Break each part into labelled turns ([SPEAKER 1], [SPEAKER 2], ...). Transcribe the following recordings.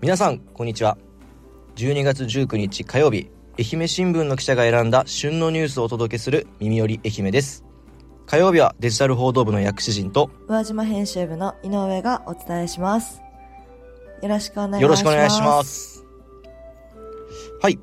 [SPEAKER 1] 皆さんこんにちは12月19日火曜日愛媛新聞の記者が選んだ旬のニュースをお届けする耳より愛媛です火曜日はデジタル報道部の薬師陣と
[SPEAKER 2] 宇和島編集部の井上がお伝えします。よろしくお願いします。
[SPEAKER 1] よろしくお願いしま。すはい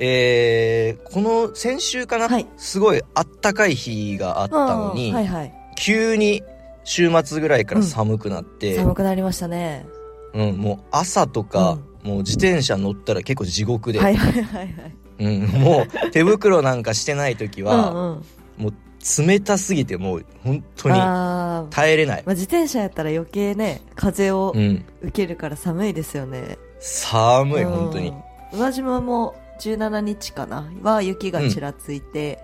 [SPEAKER 1] えー、この先週かな、
[SPEAKER 2] はい
[SPEAKER 1] すごいあったかい日があっ
[SPEAKER 2] うん
[SPEAKER 1] たのに、
[SPEAKER 2] はいはい。
[SPEAKER 1] 急に週末ぐらいから寒くなって、
[SPEAKER 2] 寒くなりましたね。
[SPEAKER 1] うん、もう朝とか、もう自転車乗ったら結構地獄で、
[SPEAKER 2] はいはいはいはい。
[SPEAKER 1] うん、もう手袋なんかしてない時は、
[SPEAKER 2] うんうん。
[SPEAKER 1] 冷たすぎてもう本当に
[SPEAKER 2] あー
[SPEAKER 1] 耐えれない。
[SPEAKER 2] まあ、自転車やったら余計ね、風を
[SPEAKER 1] うん、
[SPEAKER 2] 受けるから寒いですよね。
[SPEAKER 1] 寒い、
[SPEAKER 2] うん
[SPEAKER 1] 本当に。。
[SPEAKER 2] 宇和島も17日かなは雪がちらついて、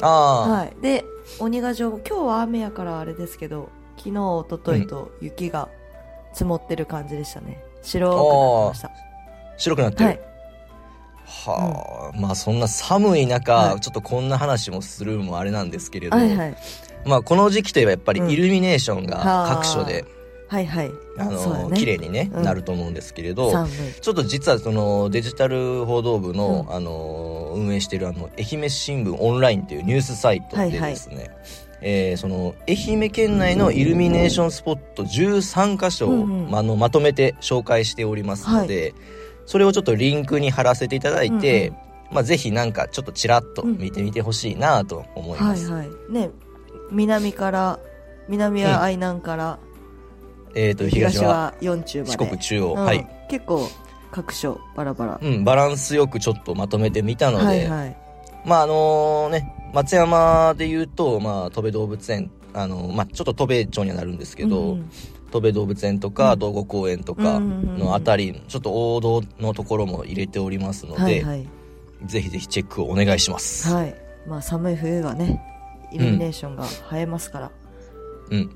[SPEAKER 1] ああ、
[SPEAKER 2] はい。で、鬼ヶ城も今日は雨やからあれですけど、昨日、一昨日と雪が積もってる感じでしたね。白くなってました。
[SPEAKER 1] 白くなって
[SPEAKER 2] はい
[SPEAKER 1] る。。はあ、まあそんな寒い中、
[SPEAKER 2] はい
[SPEAKER 1] ちょっとこんな話もするのもあれなんですけれど、
[SPEAKER 2] はいはい。
[SPEAKER 1] まあこの時期といえばやっぱり
[SPEAKER 2] うん
[SPEAKER 1] イルミネーションが各所で、
[SPEAKER 2] はいはい。
[SPEAKER 1] あ
[SPEAKER 2] そうだ
[SPEAKER 1] の、
[SPEAKER 2] ね
[SPEAKER 1] 綺麗にね、
[SPEAKER 2] うん
[SPEAKER 1] なると思うんですけれど、
[SPEAKER 2] 寒い。
[SPEAKER 1] ちょっと実はそのデジタル報道部の,、
[SPEAKER 2] うん
[SPEAKER 1] あの運営しているあの愛媛新聞オンラインというニュースサイトでですね、えーその愛媛県内のイルミネーションスポット13箇所を、
[SPEAKER 2] うんうん
[SPEAKER 1] まああのまとめて紹介しておりますので、それをちょっとリンクに貼らせていただいて、
[SPEAKER 2] うん
[SPEAKER 1] まあ、ぜひなんかちょっとちらっと見てみてほしいなと思い
[SPEAKER 2] は
[SPEAKER 1] ま
[SPEAKER 2] い
[SPEAKER 1] す。
[SPEAKER 2] はい。ね、南から、南は愛南から、
[SPEAKER 1] えー、と東
[SPEAKER 2] 東
[SPEAKER 1] は
[SPEAKER 2] は四中まで。
[SPEAKER 1] 四国中央、
[SPEAKER 2] うん
[SPEAKER 1] はい、
[SPEAKER 2] 結構、各所、バラバラ。
[SPEAKER 1] うん、バランスよくちょっとまとめてみたので、
[SPEAKER 2] はいはい。
[SPEAKER 1] まああのね、松山で言うと、まあ、戸部動物園、あのまあ、ちょっと戸部町にはなるんですけど、
[SPEAKER 2] うんうん
[SPEAKER 1] 戸部動物園とか、道後公園とか
[SPEAKER 2] うんうんうんうん
[SPEAKER 1] のあたり、ちょっと王道のところも入れておりますので、
[SPEAKER 2] はいはい。
[SPEAKER 1] ぜひぜひチェックをお願いします。
[SPEAKER 2] はい。まあ、寒い冬はね、イルミネーションが映えますから。
[SPEAKER 1] うん、
[SPEAKER 2] うん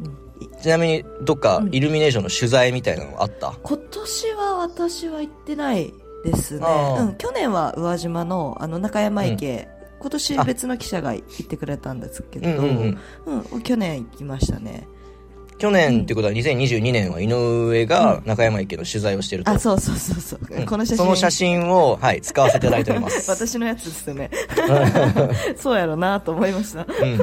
[SPEAKER 2] い
[SPEAKER 1] ちなみに、どっか
[SPEAKER 2] うん
[SPEAKER 1] イルミネーションの取材みたいなのあった、
[SPEAKER 2] 今年は私は行ってないですね。
[SPEAKER 1] ああ
[SPEAKER 2] うん、去年は宇和島のあの中山池、今年別の記者が行ってくれたんですけ
[SPEAKER 1] うん
[SPEAKER 2] ど、
[SPEAKER 1] うんうん、
[SPEAKER 2] うん去年行きましたね。
[SPEAKER 1] 去年ってことは2022年は井上が中山池の取材をしてると、
[SPEAKER 2] あ、そうそうそうそう。
[SPEAKER 1] うん
[SPEAKER 2] この写真。
[SPEAKER 1] その写真を、はい、使わせていただいております、
[SPEAKER 2] 私のやつですよね。そうやろなと思いました。
[SPEAKER 1] うん、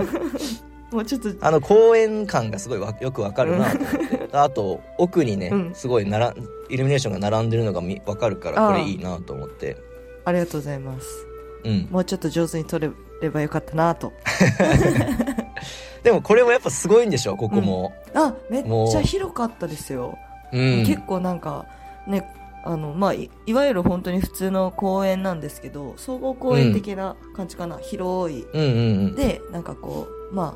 [SPEAKER 2] もうちょっと、
[SPEAKER 1] あの公園感がすごいわよくわかるなと思って、あと奥にね、
[SPEAKER 2] うん
[SPEAKER 1] すごいならイルミネーションが並んでるのがみわかるか
[SPEAKER 2] あ
[SPEAKER 1] ら
[SPEAKER 2] あ
[SPEAKER 1] これいいなと思って
[SPEAKER 2] ありがとうございます。
[SPEAKER 1] うん
[SPEAKER 2] もうちょっと上手に撮れればよかったなと。
[SPEAKER 1] でもこれもやっぱすごいんでしょここも、
[SPEAKER 2] あ、めっちゃ広かったですよ。
[SPEAKER 1] うん
[SPEAKER 2] 結構なんかねあのまあいいわゆる本当に普通の公園なんですけど総合公園的な感じかな、広い
[SPEAKER 1] うんうん
[SPEAKER 2] でなんかこうまあ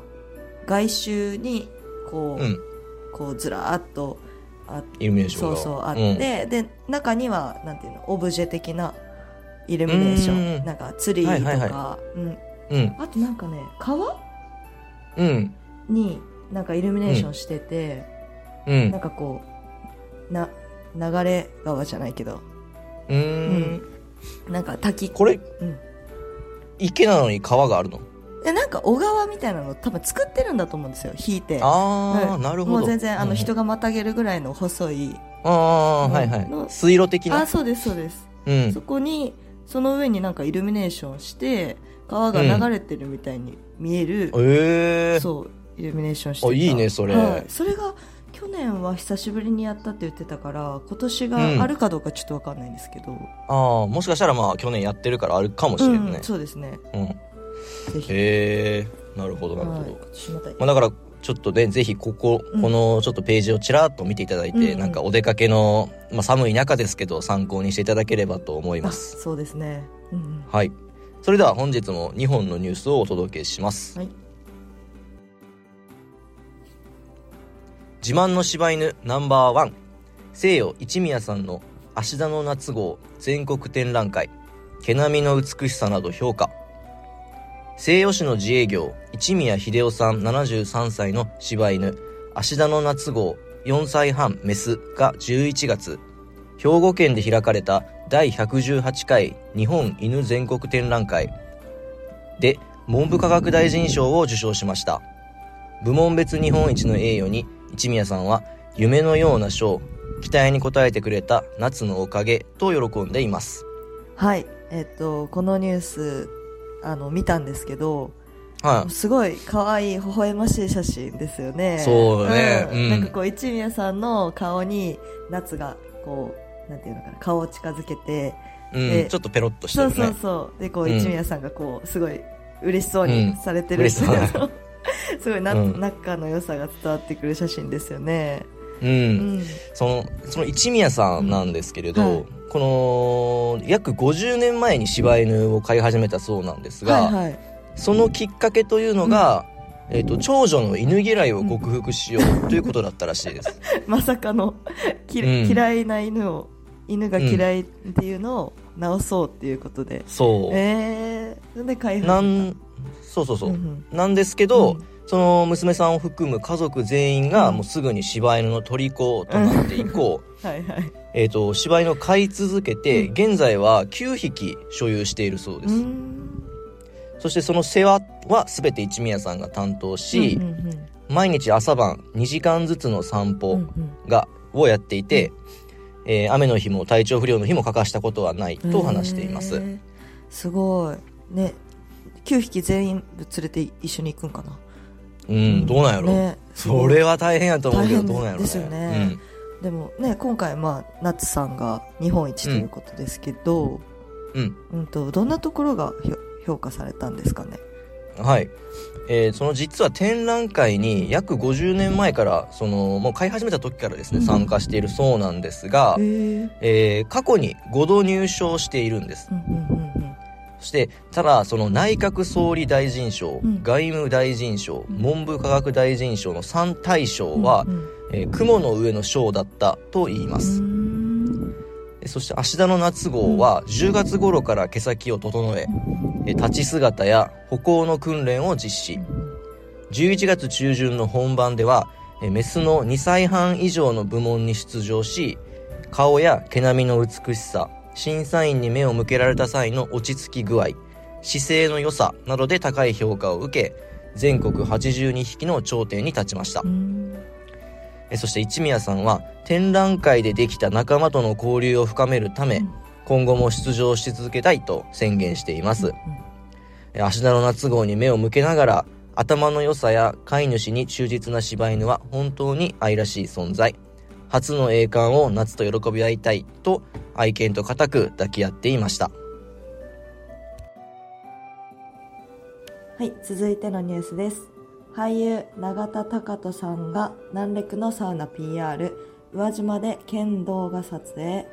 [SPEAKER 2] 外周にこ
[SPEAKER 1] うん
[SPEAKER 2] う,、
[SPEAKER 1] うん
[SPEAKER 2] こうずらーっとあ
[SPEAKER 1] イルミネーション
[SPEAKER 2] そう
[SPEAKER 1] が
[SPEAKER 2] そうあっ
[SPEAKER 1] ん
[SPEAKER 2] て、で中にはなんていうのオブジェ的なイルミネーショ
[SPEAKER 1] うん
[SPEAKER 2] ンなんかツリーとか、
[SPEAKER 1] はいはい
[SPEAKER 2] うん、
[SPEAKER 1] うん
[SPEAKER 2] あとなんかね川
[SPEAKER 1] うん
[SPEAKER 2] になんかイルミネーションしてて、
[SPEAKER 1] うんうん
[SPEAKER 2] なんかこうな流れ川じゃないけど
[SPEAKER 1] うーん
[SPEAKER 2] なんか滝
[SPEAKER 1] これ
[SPEAKER 2] うん
[SPEAKER 1] 池なのに川があるの
[SPEAKER 2] えなんか小川みたいなの多分作ってるんだと思うんですよ引いて
[SPEAKER 1] ああ、
[SPEAKER 2] はい
[SPEAKER 1] なるほど
[SPEAKER 2] もう全然あの人
[SPEAKER 1] が
[SPEAKER 2] がまたげるぐらいの細い、
[SPEAKER 1] ああはいは
[SPEAKER 2] の
[SPEAKER 1] い水路的
[SPEAKER 2] あ
[SPEAKER 1] な
[SPEAKER 2] そうですそうです、
[SPEAKER 1] うん
[SPEAKER 2] そこにその上になんかイルミネーションして川が流れてるみたいに見える、
[SPEAKER 1] ええ
[SPEAKER 2] そうイルミネーションして
[SPEAKER 1] あ
[SPEAKER 2] た
[SPEAKER 1] いいねそれ
[SPEAKER 2] はいそれが去年は久しぶりにやったって言ってたから今年
[SPEAKER 1] うん
[SPEAKER 2] があるかどうかちょっとわかんないんですけど、
[SPEAKER 1] ああもしかしたらまあ去年やってるからあるかもし
[SPEAKER 2] う
[SPEAKER 1] れない
[SPEAKER 2] ん
[SPEAKER 1] ね、
[SPEAKER 2] そうですね
[SPEAKER 1] うん
[SPEAKER 2] ぜひ、
[SPEAKER 1] へえなるほどなるほ
[SPEAKER 2] はい
[SPEAKER 1] ど、
[SPEAKER 2] 今年また
[SPEAKER 1] まあ、だからちょっとねぜひここ、
[SPEAKER 2] うん
[SPEAKER 1] このちょっとページをちらっと見ていただいて、
[SPEAKER 2] うんうん
[SPEAKER 1] なんかお出かけの、まあ、寒い中ですけど参考にしていただければと思いま
[SPEAKER 2] あ
[SPEAKER 1] す
[SPEAKER 2] そうですねうんうん
[SPEAKER 1] はいそれでは本日も2本のニュースをお届けします
[SPEAKER 2] はい
[SPEAKER 1] 自慢の柴犬ナンバーワン西洋一宮さんの芦田の夏号全国展覧会毛並みの美しさなど評価西予市の自営業一宮秀夫さん73歳の柴犬芦田の夏号4歳半メスが11月兵庫県で開かれた第118回日本犬全国展覧会で文部科学大臣賞を受賞しました部門別日本一の栄誉に一宮さんは夢のような賞期待に応えてくれた夏のおかげと喜んでいます
[SPEAKER 2] はい、えっと、このニュース、あの、見たんですけど、
[SPEAKER 1] は
[SPEAKER 2] すごい可愛い、微笑ましい写真ですよね。
[SPEAKER 1] そうだね
[SPEAKER 2] うん
[SPEAKER 1] うん
[SPEAKER 2] なんかこう、一宮さんの顔に、夏が、こう、なんていうのかな、顔を近づけて、
[SPEAKER 1] い、うん、
[SPEAKER 2] で
[SPEAKER 1] ちょっとペロッとして
[SPEAKER 2] そ
[SPEAKER 1] る
[SPEAKER 2] う
[SPEAKER 1] ね
[SPEAKER 2] そうそう。で、こ
[SPEAKER 1] う
[SPEAKER 2] う、
[SPEAKER 1] ん
[SPEAKER 2] 一宮さんがこう、すごい嬉しそう
[SPEAKER 1] うん
[SPEAKER 2] にされてる。
[SPEAKER 1] 嬉しそうだ
[SPEAKER 2] すごいな、
[SPEAKER 1] うん
[SPEAKER 2] 仲の良さが伝わってくる写真ですよね。
[SPEAKER 1] う、
[SPEAKER 2] うんん。
[SPEAKER 1] そのその一宮さんなんですけれど、
[SPEAKER 2] うんはい
[SPEAKER 1] この約50年前に柴犬を飼い始めたそうなんですが、
[SPEAKER 2] はいはい。
[SPEAKER 1] そのきっかけというのが、えっと長女の犬嫌いを克服しよ うということだったらしいです。
[SPEAKER 2] まさかの、き
[SPEAKER 1] うん
[SPEAKER 2] 嫌いな犬を、犬が嫌いっていうのを直そうっていうことで。
[SPEAKER 1] そう、
[SPEAKER 2] ええー。で、開発。
[SPEAKER 1] なんそうそうそう、
[SPEAKER 2] うんうん
[SPEAKER 1] なんですけど、
[SPEAKER 2] うん
[SPEAKER 1] その娘さんを含む家族全員が
[SPEAKER 2] うん
[SPEAKER 1] もうすぐに柴犬の虜となって以降、
[SPEAKER 2] はいはい。
[SPEAKER 1] えっと柴犬を飼い続けて
[SPEAKER 2] うん
[SPEAKER 1] 現在は9匹所有しているそうで
[SPEAKER 2] う
[SPEAKER 1] す、
[SPEAKER 2] ーん。
[SPEAKER 1] そしてその世話は全て一宮さんが担当し、
[SPEAKER 2] うんうんうん
[SPEAKER 1] 毎日朝晩2時間ずつの散歩
[SPEAKER 2] うん
[SPEAKER 1] が、をやっていて、えー雨の日も体調不良の日も欠かしたことはない
[SPEAKER 2] うん
[SPEAKER 1] と話しています、
[SPEAKER 2] へーすごい。ね、9匹全員連れて一緒に行くんかな。
[SPEAKER 1] うんどうなんやろ、
[SPEAKER 2] ね、
[SPEAKER 1] それは大変やと思うけど
[SPEAKER 2] 大変
[SPEAKER 1] どうなんやろ
[SPEAKER 2] ですよねでもね今回まあ夏さんが日本一ということですけど、
[SPEAKER 1] うん、うん
[SPEAKER 2] うん、とどんなところがひょ評価されたんですかね
[SPEAKER 1] はい、えーその実は展覧会に約50年前からそのもう飼い始めた時からですね、
[SPEAKER 2] うん
[SPEAKER 1] 参加しているそうなんですが
[SPEAKER 2] へ、え
[SPEAKER 1] えー過去に5度入賞しているんです
[SPEAKER 2] うんうんうん
[SPEAKER 1] そしてただその内閣総理大臣賞、
[SPEAKER 2] うん
[SPEAKER 1] 外務大臣賞
[SPEAKER 2] うん
[SPEAKER 1] 文部科学大臣賞の3大賞
[SPEAKER 2] うん
[SPEAKER 1] は
[SPEAKER 2] う、ん
[SPEAKER 1] えー雲の上の賞だったと言います、
[SPEAKER 2] うん
[SPEAKER 1] そして芦田の夏号は10月頃から毛先を整ええー立ち姿や歩行の訓練を実施11月中旬の本番ではえーメスの2歳半以上の部門に出場し顔や毛並みの美しさ審査員に目を向けられた際の落ち着き具合姿勢の良さなどで高い評価を受け全国82匹の頂点に立ちました
[SPEAKER 2] うん
[SPEAKER 1] えそして一宮さんは展覧会でできた仲間との交流を深めるため、
[SPEAKER 2] うん
[SPEAKER 1] 今後も出場し続けたいと宣言しています
[SPEAKER 2] うん
[SPEAKER 1] え芦田の夏号に目を向けながら頭の良さや飼い主に忠実な柴犬は本当に愛らしい存在初の栄冠を夏と喜び合いたいと愛犬と固く抱き合っていました
[SPEAKER 2] はい、続いてのニュースです。俳優、永田貴人さんが、南陸のサウナ PR、宇和島で剣動画撮影。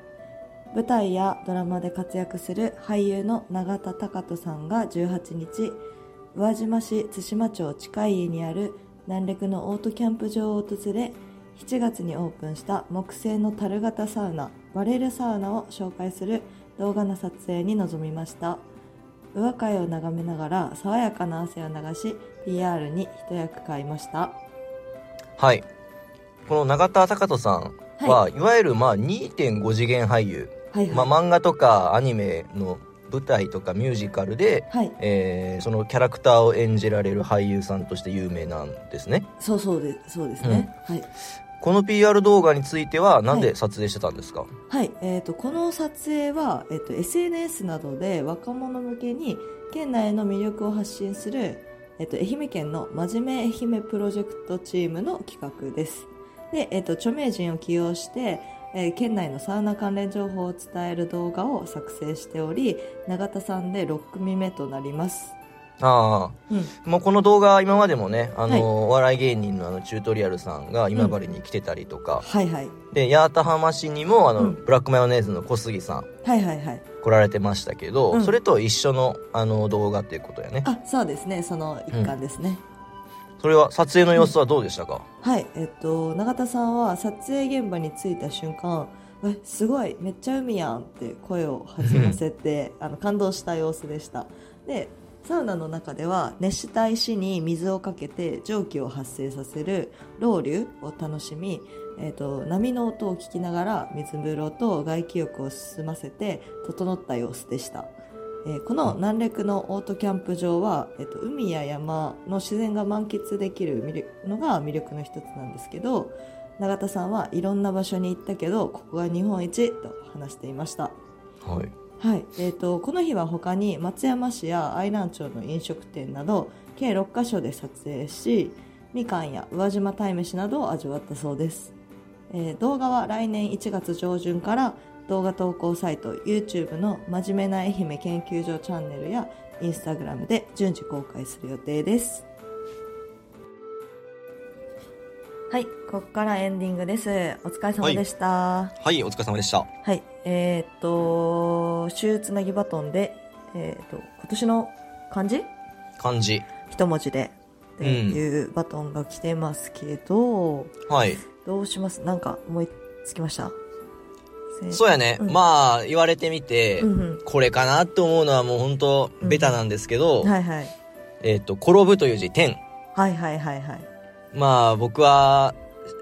[SPEAKER 2] 舞台やドラマで活躍する俳優の永田貴人さんが18日、宇和島市津島町近い家にある南陸のオートキャンプ場を訪れ、7月にオープンした木製の樽型サウナ、バレルサウナを紹介する動画の撮影に臨みました。宇和海を眺めながら爽やかな汗を流し PR に一役買いました
[SPEAKER 1] はいこの永田貴人さんは、い、わゆるまあ2.5次元俳優、
[SPEAKER 2] はいはい、
[SPEAKER 1] まあ、漫画とかアニメの舞台とかミュージカルで、
[SPEAKER 2] はい
[SPEAKER 1] えーそのキャラクターを演じられる俳優さんとして有名なんですね
[SPEAKER 2] そうそうですそうですね、はい
[SPEAKER 1] この PR 動画についてはなん
[SPEAKER 2] は
[SPEAKER 1] で
[SPEAKER 2] い
[SPEAKER 1] 撮影してたんですか、
[SPEAKER 2] はいえー、とこの撮影は、えー、と SNS などで若者向けに県内の魅力を発信する、えー、と愛媛県の真面目愛媛プロジェクトチームの企画ですで、えー、と著名人を起用して、えー県内のサウナ関連情報を伝える動画を作成しており永田さんで6組目となります、
[SPEAKER 1] あ
[SPEAKER 2] うん、
[SPEAKER 1] あもうこの動画今までもねあの、
[SPEAKER 2] はい
[SPEAKER 1] お笑い芸人のあのチュートリアルさんが今治に来てたりとか、
[SPEAKER 2] はいはい
[SPEAKER 1] で八幡浜市にもあの、
[SPEAKER 2] うん
[SPEAKER 1] ブラックマヨネーズの小杉さん
[SPEAKER 2] はいはいはい。
[SPEAKER 1] 来られてましたけど、
[SPEAKER 2] うん
[SPEAKER 1] それと一緒のあの動画っていうことやね
[SPEAKER 2] あ、そうですね。その一環ですね。
[SPEAKER 1] それは撮影の様子はどうでしたか、
[SPEAKER 2] はい。えっと、永田さんは撮影現場に着いた瞬間、え、すごい、めっちゃ海やんって声を弾ませて、あの、感動した様子でした。で、サウナの中では熱した石に水をかけて蒸気を発生させるロウリュを楽しみ、えっと波の音を聞きながら水風呂と外気浴を進ませて整った様子でした、えーこの南陸のオートキャンプ場は、えっと海や山の自然が満喫できる魅力のが魅力の一つなんですけど永田さんはいろんな場所に行ったけどここが日本一と話していました
[SPEAKER 1] はい
[SPEAKER 2] はいえー、とこの日は他に松山市や愛南町の飲食店など計6カ所で撮影しみかんや宇和島鯛めしなどを味わったそうです、えー動画は来年1月上旬から動画投稿サイト YouTube の「真面目な愛媛研究所」チャンネルや Instagram で順次公開する予定ですはいここからエンディングですお疲れ様でした、
[SPEAKER 1] はいお疲れ様でした
[SPEAKER 2] はい、えーっと、週つなぎバトンで、えーっと、今年の漢字
[SPEAKER 1] 漢字
[SPEAKER 2] 一文字でっていうバトンが来てますけど、
[SPEAKER 1] はい
[SPEAKER 2] どうしますなんか思いつきましたせ
[SPEAKER 1] そうやね、
[SPEAKER 2] うん
[SPEAKER 1] まあ言われてみて、
[SPEAKER 2] うん
[SPEAKER 1] これかなって思うのはもう本当
[SPEAKER 2] うん
[SPEAKER 1] ベタなんですけど、
[SPEAKER 2] うん。はいはい。
[SPEAKER 1] えっ、と転ぶという字天
[SPEAKER 2] はいはいはいはい。
[SPEAKER 1] まあ僕は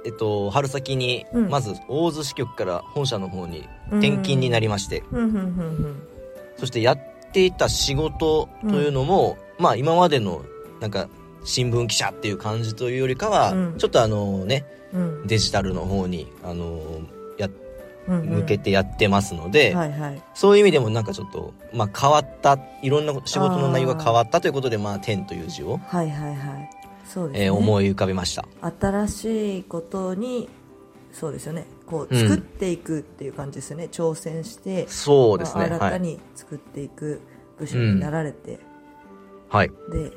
[SPEAKER 1] えっと春先に
[SPEAKER 2] うん
[SPEAKER 1] まず大洲支局から本社の方に転勤になりまして、
[SPEAKER 2] うんうんうん
[SPEAKER 1] そしてやっていた仕事というのも、まあ今までのなんか新聞記者っていう感じというよりかは、
[SPEAKER 2] うん
[SPEAKER 1] ちょっとあのね
[SPEAKER 2] うん。うん
[SPEAKER 1] デジタルの方にあのや
[SPEAKER 2] うんうん。
[SPEAKER 1] 向けてやってますので、
[SPEAKER 2] はいはい。
[SPEAKER 1] そういう意味でもなんかちょっと、まあ、変わったいろんなこと仕事の内容が変わったということで「まあ、天」という字を、
[SPEAKER 2] はいはいはい。そうですね。
[SPEAKER 1] えー思い浮かべました
[SPEAKER 2] 新しいことに、そうですよね。こう、
[SPEAKER 1] うん
[SPEAKER 2] 作っていくっていう感じですよね。挑戦して。
[SPEAKER 1] そうですね
[SPEAKER 2] まあ新
[SPEAKER 1] は
[SPEAKER 2] た
[SPEAKER 1] い、
[SPEAKER 2] に作っていく部署になられて、
[SPEAKER 1] はい、
[SPEAKER 2] で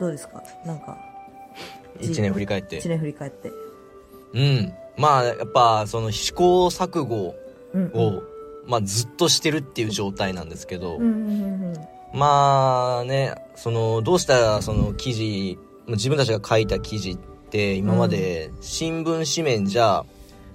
[SPEAKER 2] どうですかなんか
[SPEAKER 1] 1年振り返って
[SPEAKER 2] 1年振り返って、
[SPEAKER 1] うんまあやっぱその試行錯誤
[SPEAKER 2] うんうん、
[SPEAKER 1] を、まあ、ずっとしてるっていう状態なんですけど、
[SPEAKER 2] うんうんうん
[SPEAKER 1] まあねそのどうしたらその記事自分たちが書いた記事って今まで新聞紙面じゃ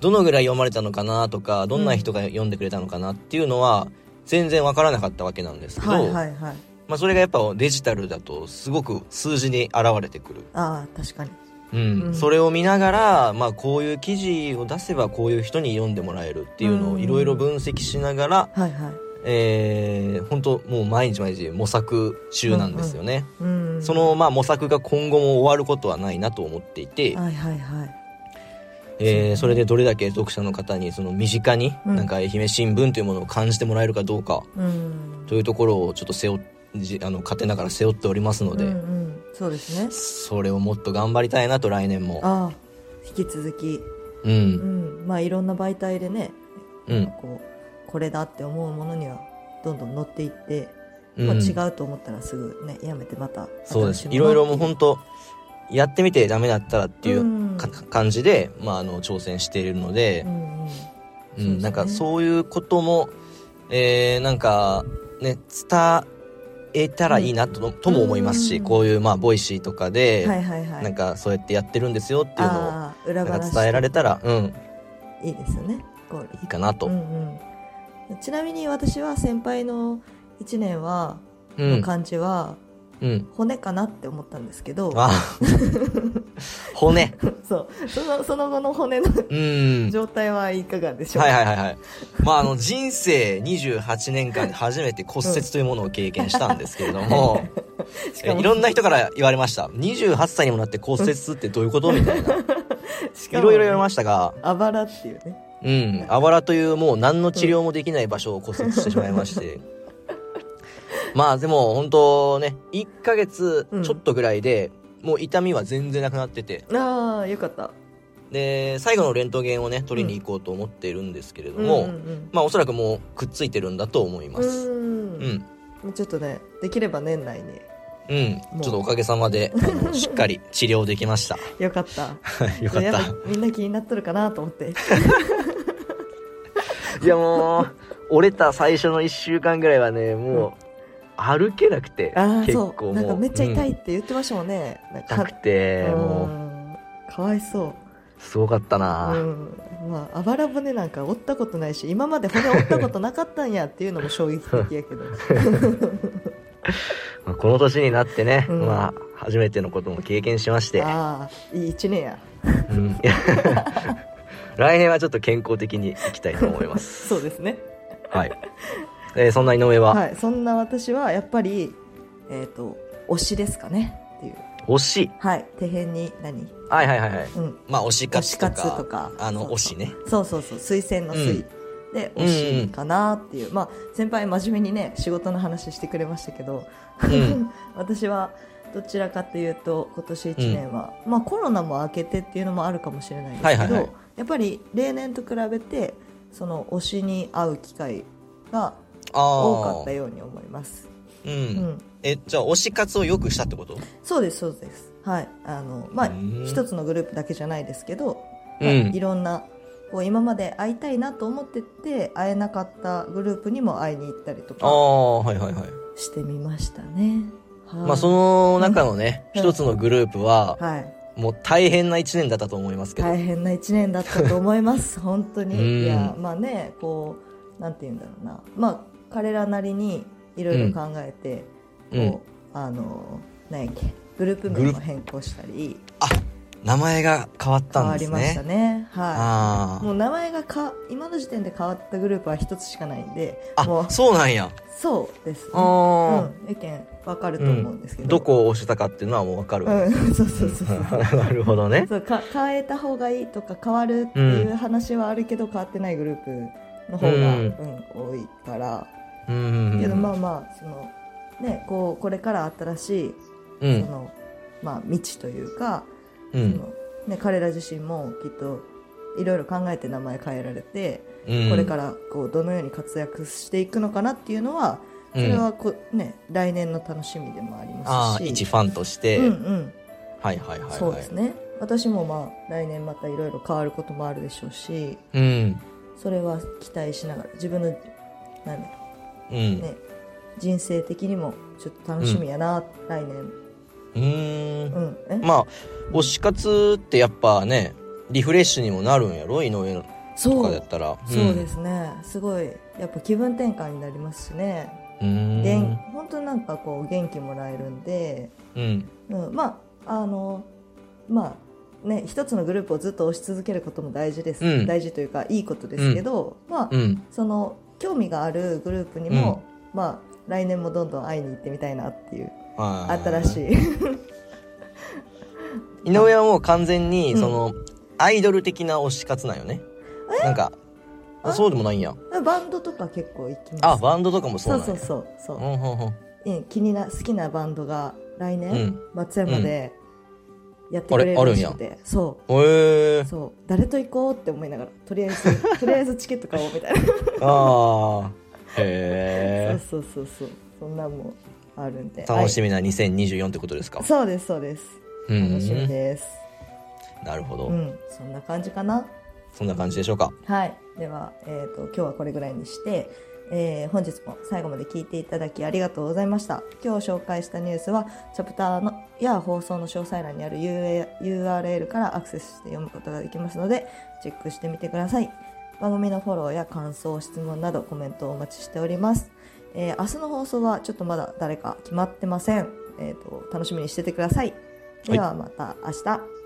[SPEAKER 1] どのぐらい読まれたのかなとかどんな人が読んでくれたのかなっていうのは全然わからなかったわけなんですけど、
[SPEAKER 2] はいはいはい
[SPEAKER 1] まあ、それがやっぱデジタルだとすごく数字に現れてくる、
[SPEAKER 2] ああ確かに
[SPEAKER 1] うん
[SPEAKER 2] うん
[SPEAKER 1] それを見ながら、まあ、こういう記事を出せばこういう人に読んでもらえるっていうのをいろいろ分析しながら、
[SPEAKER 2] はいはい
[SPEAKER 1] えー、本当もう毎日毎日模索中なんですよね。
[SPEAKER 2] うん
[SPEAKER 1] そのまあ模索が今後も終わることはないなと思っていて、
[SPEAKER 2] はいはいはい
[SPEAKER 1] えーそれでどれだけ読者の方にその身近に
[SPEAKER 2] うん
[SPEAKER 1] なんか愛媛新聞というものを感じてもらえるかどうか
[SPEAKER 2] うん
[SPEAKER 1] というところをちょっと背負っじあの勝手ながら背負っておりますので、
[SPEAKER 2] うんうん、そうですね
[SPEAKER 1] それをもっと頑張りたいなと来年も、
[SPEAKER 2] ああ引き続き、
[SPEAKER 1] う
[SPEAKER 2] うんん、まあいろんな媒体でね、
[SPEAKER 1] うん
[SPEAKER 2] こうこれだって思うものにはどんどん乗っていって、
[SPEAKER 1] うん
[SPEAKER 2] まあ、違うと思ったらすぐねやめてまた
[SPEAKER 1] そうです
[SPEAKER 2] 新し
[SPEAKER 1] い
[SPEAKER 2] もの
[SPEAKER 1] ろいろもう本当やってみてダメだったらっていう
[SPEAKER 2] うん
[SPEAKER 1] か感じで、まあ、あの挑戦しているので、
[SPEAKER 2] うんうん
[SPEAKER 1] う
[SPEAKER 2] そうです
[SPEAKER 1] ん、
[SPEAKER 2] ね
[SPEAKER 1] なんかそういうことも、えー、なんかね伝えたらいいなと,、とも思いますし、
[SPEAKER 2] うん
[SPEAKER 1] こういうまあボイシーとかで、
[SPEAKER 2] はいはいはい
[SPEAKER 1] なんかそうやってやってるんですよっていうのを
[SPEAKER 2] ああ裏
[SPEAKER 1] なん
[SPEAKER 2] 話
[SPEAKER 1] か伝えられたら、うん、
[SPEAKER 2] いいですよねこう
[SPEAKER 1] いいかなと。
[SPEAKER 2] う
[SPEAKER 1] うん
[SPEAKER 2] んうん、ちなみに私は先輩の1年は、
[SPEAKER 1] う
[SPEAKER 2] の
[SPEAKER 1] ん
[SPEAKER 2] 漢字は骨かなって思ったんですけど
[SPEAKER 1] あ 骨
[SPEAKER 2] そうそのその後の骨の
[SPEAKER 1] うん
[SPEAKER 2] 状態はいかがでしょう
[SPEAKER 1] はい
[SPEAKER 2] か、
[SPEAKER 1] はいはいはいまああの人生28年間で初めて骨折というものを経験したんですけれども、
[SPEAKER 2] し
[SPEAKER 1] え
[SPEAKER 2] かも
[SPEAKER 1] いろんな人から言われました28歳にもなって骨折ってどういうことみ たいない
[SPEAKER 2] しか
[SPEAKER 1] ろ
[SPEAKER 2] も
[SPEAKER 1] いろ言われましたが
[SPEAKER 2] あばらっていうね
[SPEAKER 1] うん、あばらというもう何の治療もできない場所を骨折してしまいま して。まあでも本当ね、1ヶ月ちょっとぐらいで、もう痛みは全然なくなってて、
[SPEAKER 2] ああよかった
[SPEAKER 1] で、最後のレントゲンをね、取りに行こうと思っているんですけれども、
[SPEAKER 2] んん
[SPEAKER 1] まあおそらくもうくっついてるんだと思いま
[SPEAKER 2] う
[SPEAKER 1] す。
[SPEAKER 2] ん
[SPEAKER 1] うん。
[SPEAKER 2] ちょっとねできれば年内に
[SPEAKER 1] うん。ちょっとおかげさま で、あの、しっかり治療できました。
[SPEAKER 2] よかった
[SPEAKER 1] よかっ
[SPEAKER 2] や
[SPEAKER 1] た。
[SPEAKER 2] ぱみんな気になっとるかなと思って
[SPEAKER 1] いやもう、折れた最初の1週間ぐらいはね、もう、歩けなくて
[SPEAKER 2] ああそうなんかめっちゃ痛いって言ってましたもんね、なんか
[SPEAKER 1] 痛くて、もう、
[SPEAKER 2] うかわいそう
[SPEAKER 1] すごかったな、
[SPEAKER 2] うんまああばら骨なんか折ったことないし今まで骨折ったことなかったんやっていうのも衝撃的やけ ど
[SPEAKER 1] まあこの年になってね、
[SPEAKER 2] うん
[SPEAKER 1] まあ初めてのことも経験しまして、
[SPEAKER 2] ああいい一年や
[SPEAKER 1] うん 来年はちょっと健康的にいきたいと思いま す
[SPEAKER 2] そうですね
[SPEAKER 1] はい、えーそんな井上は、
[SPEAKER 2] はいそんな私はやっぱりえっ、と推しですかねっていう
[SPEAKER 1] 推し
[SPEAKER 2] はい手辺に何
[SPEAKER 1] はいはいはいはい
[SPEAKER 2] うん
[SPEAKER 1] まあ推し
[SPEAKER 2] 推
[SPEAKER 1] 活
[SPEAKER 2] し
[SPEAKER 1] とか
[SPEAKER 2] 活とか
[SPEAKER 1] あの
[SPEAKER 2] そ
[SPEAKER 1] 推
[SPEAKER 2] うそう
[SPEAKER 1] しね
[SPEAKER 2] そうそうそう推薦の推、で
[SPEAKER 1] うん
[SPEAKER 2] 推しかなっていう、まあ先輩真面目にね仕事の話してくれましたけど、
[SPEAKER 1] うん
[SPEAKER 2] 私はどちらかというと今年1年は、まあコロナも明けてっていうのもあるかもしれないですけど、
[SPEAKER 1] はいはいはい
[SPEAKER 2] やっぱり例年と比べてその推しに会う機会が
[SPEAKER 1] ああ
[SPEAKER 2] 多かったように思います。
[SPEAKER 1] う
[SPEAKER 2] うんん、
[SPEAKER 1] えじゃあ推し活をよくしたってこと
[SPEAKER 2] そうですそうです。はい、あのまあ
[SPEAKER 1] うん
[SPEAKER 2] 一つのグループだけじゃないですけど、
[SPEAKER 1] うん
[SPEAKER 2] まあいろんなこう今まで会いたいなと思ってて会えなかったグループにも会いに行ったりと
[SPEAKER 1] あ
[SPEAKER 2] か
[SPEAKER 1] あはいはいはい
[SPEAKER 2] してみましたね。はい、
[SPEAKER 1] まあその中のね
[SPEAKER 2] うん
[SPEAKER 1] 一つのグループは
[SPEAKER 2] はい
[SPEAKER 1] もう大変な一年だったと思いますけど
[SPEAKER 2] 大変な一年だったと思います 本当
[SPEAKER 1] うん
[SPEAKER 2] にいやまあねこうなんて言うんだろうなまあ彼らなりにいろいろ考えて、
[SPEAKER 1] うん
[SPEAKER 2] こうあの何やっけグループ名も変更したり
[SPEAKER 1] 名前が変わっ
[SPEAKER 2] 変
[SPEAKER 1] た
[SPEAKER 2] わ
[SPEAKER 1] んで
[SPEAKER 2] り
[SPEAKER 1] す
[SPEAKER 2] ました
[SPEAKER 1] ね
[SPEAKER 2] ね。はい。
[SPEAKER 1] あ
[SPEAKER 2] もう名前がか今の時点で変わったグループは一つしかないんで
[SPEAKER 1] あ
[SPEAKER 2] もう
[SPEAKER 1] あそうなんや
[SPEAKER 2] そうですね、
[SPEAKER 1] あ
[SPEAKER 2] う
[SPEAKER 1] ー
[SPEAKER 2] ん、意見分かると思うんですけど、
[SPEAKER 1] どこを押したかっていうのはもうわかるわ
[SPEAKER 2] うん そうそうそうそう
[SPEAKER 1] なるほどね
[SPEAKER 2] そうか変えた方がいいとか変わるっていう話はあるけど変わってないグループの方が、
[SPEAKER 1] うん
[SPEAKER 2] うん多いから、
[SPEAKER 1] うんうん
[SPEAKER 2] け
[SPEAKER 1] う
[SPEAKER 2] ど
[SPEAKER 1] ん
[SPEAKER 2] まあまあそのねこうこれから新し
[SPEAKER 1] う
[SPEAKER 2] いそ
[SPEAKER 1] ん
[SPEAKER 2] の、まあ、道というか、
[SPEAKER 1] う
[SPEAKER 2] そ
[SPEAKER 1] ん
[SPEAKER 2] のね、彼ら自身もきっといろいろ考えて名前変えられて、
[SPEAKER 1] うん
[SPEAKER 2] これからこうどのように活躍していくのかなっていうのはそれはこ、うね、来年の楽しみでもありま
[SPEAKER 1] あ
[SPEAKER 2] す
[SPEAKER 1] あ
[SPEAKER 2] し
[SPEAKER 1] 一ファンとして、
[SPEAKER 2] うんうん
[SPEAKER 1] はいはいはいはい
[SPEAKER 2] そうですね私もまあ来年またいろいろ変わることもあるでしょうし
[SPEAKER 1] うん
[SPEAKER 2] それは期待しながら自分のなんだろ
[SPEAKER 1] う、
[SPEAKER 2] うんね人生的にもちょっと楽しみやな、来年
[SPEAKER 1] うーん
[SPEAKER 2] うんえ、
[SPEAKER 1] まあ推し活ってやっぱねリフレッシュにもなるんやろ井上と
[SPEAKER 2] そ
[SPEAKER 1] かだっ
[SPEAKER 2] う
[SPEAKER 1] たら
[SPEAKER 2] そうですすねすごいやっぱ気分転換になりますしね
[SPEAKER 1] うん
[SPEAKER 2] げん本当になんかこう元気もらえるんで
[SPEAKER 1] うん
[SPEAKER 2] うん、まああのまあね一つのグループをずっと推し続けることも大事です、
[SPEAKER 1] うん
[SPEAKER 2] 大事というかいいことですけど、まあ、
[SPEAKER 1] うん
[SPEAKER 2] その興味があるグループにも、まあ来年もどんどん会いに行ってみたいなっていう新し
[SPEAKER 1] い
[SPEAKER 2] い
[SPEAKER 1] 井上はもう完全に
[SPEAKER 2] うん
[SPEAKER 1] その、アイドル的な推し活なんよねなんかあそうでもないんや
[SPEAKER 2] バンドとか結構行きます
[SPEAKER 1] あバンドとかもそう
[SPEAKER 2] そ
[SPEAKER 1] な
[SPEAKER 2] う
[SPEAKER 1] ん
[SPEAKER 2] そ
[SPEAKER 1] や
[SPEAKER 2] うそうそう
[SPEAKER 1] うんうんうん
[SPEAKER 2] うん気にな好きなバンドが来年、
[SPEAKER 1] うん
[SPEAKER 2] 松山でやってくれるらしくて、そ
[SPEAKER 1] へえ
[SPEAKER 2] うそう誰と行こうって思いながらとりあえずとりあえずチケット買おうみたいな
[SPEAKER 1] ああへ
[SPEAKER 2] そうそうそうそうそんなんもあるんで
[SPEAKER 1] え楽し
[SPEAKER 2] み、
[SPEAKER 1] みな2024ってことですか、
[SPEAKER 2] はいそうですそうです
[SPEAKER 1] うん
[SPEAKER 2] 楽しみです
[SPEAKER 1] なるほど、
[SPEAKER 2] うん、そんな感じかな
[SPEAKER 1] そんな感じでしょうか
[SPEAKER 2] はいでは、えー、と今日はこれぐらいにして、えー本日も最後まで聞いていただきありがとうございました今日紹介したニュースはチャプターのや放送の詳細欄にある URL からアクセスして読むことができますのでチェックしてみてください番組のフォローや感想質問などコメントをお待ちしております、えー明日の放送はちょっとまだ誰か決まってません、えー、と楽しみにしててくださいではまた明日、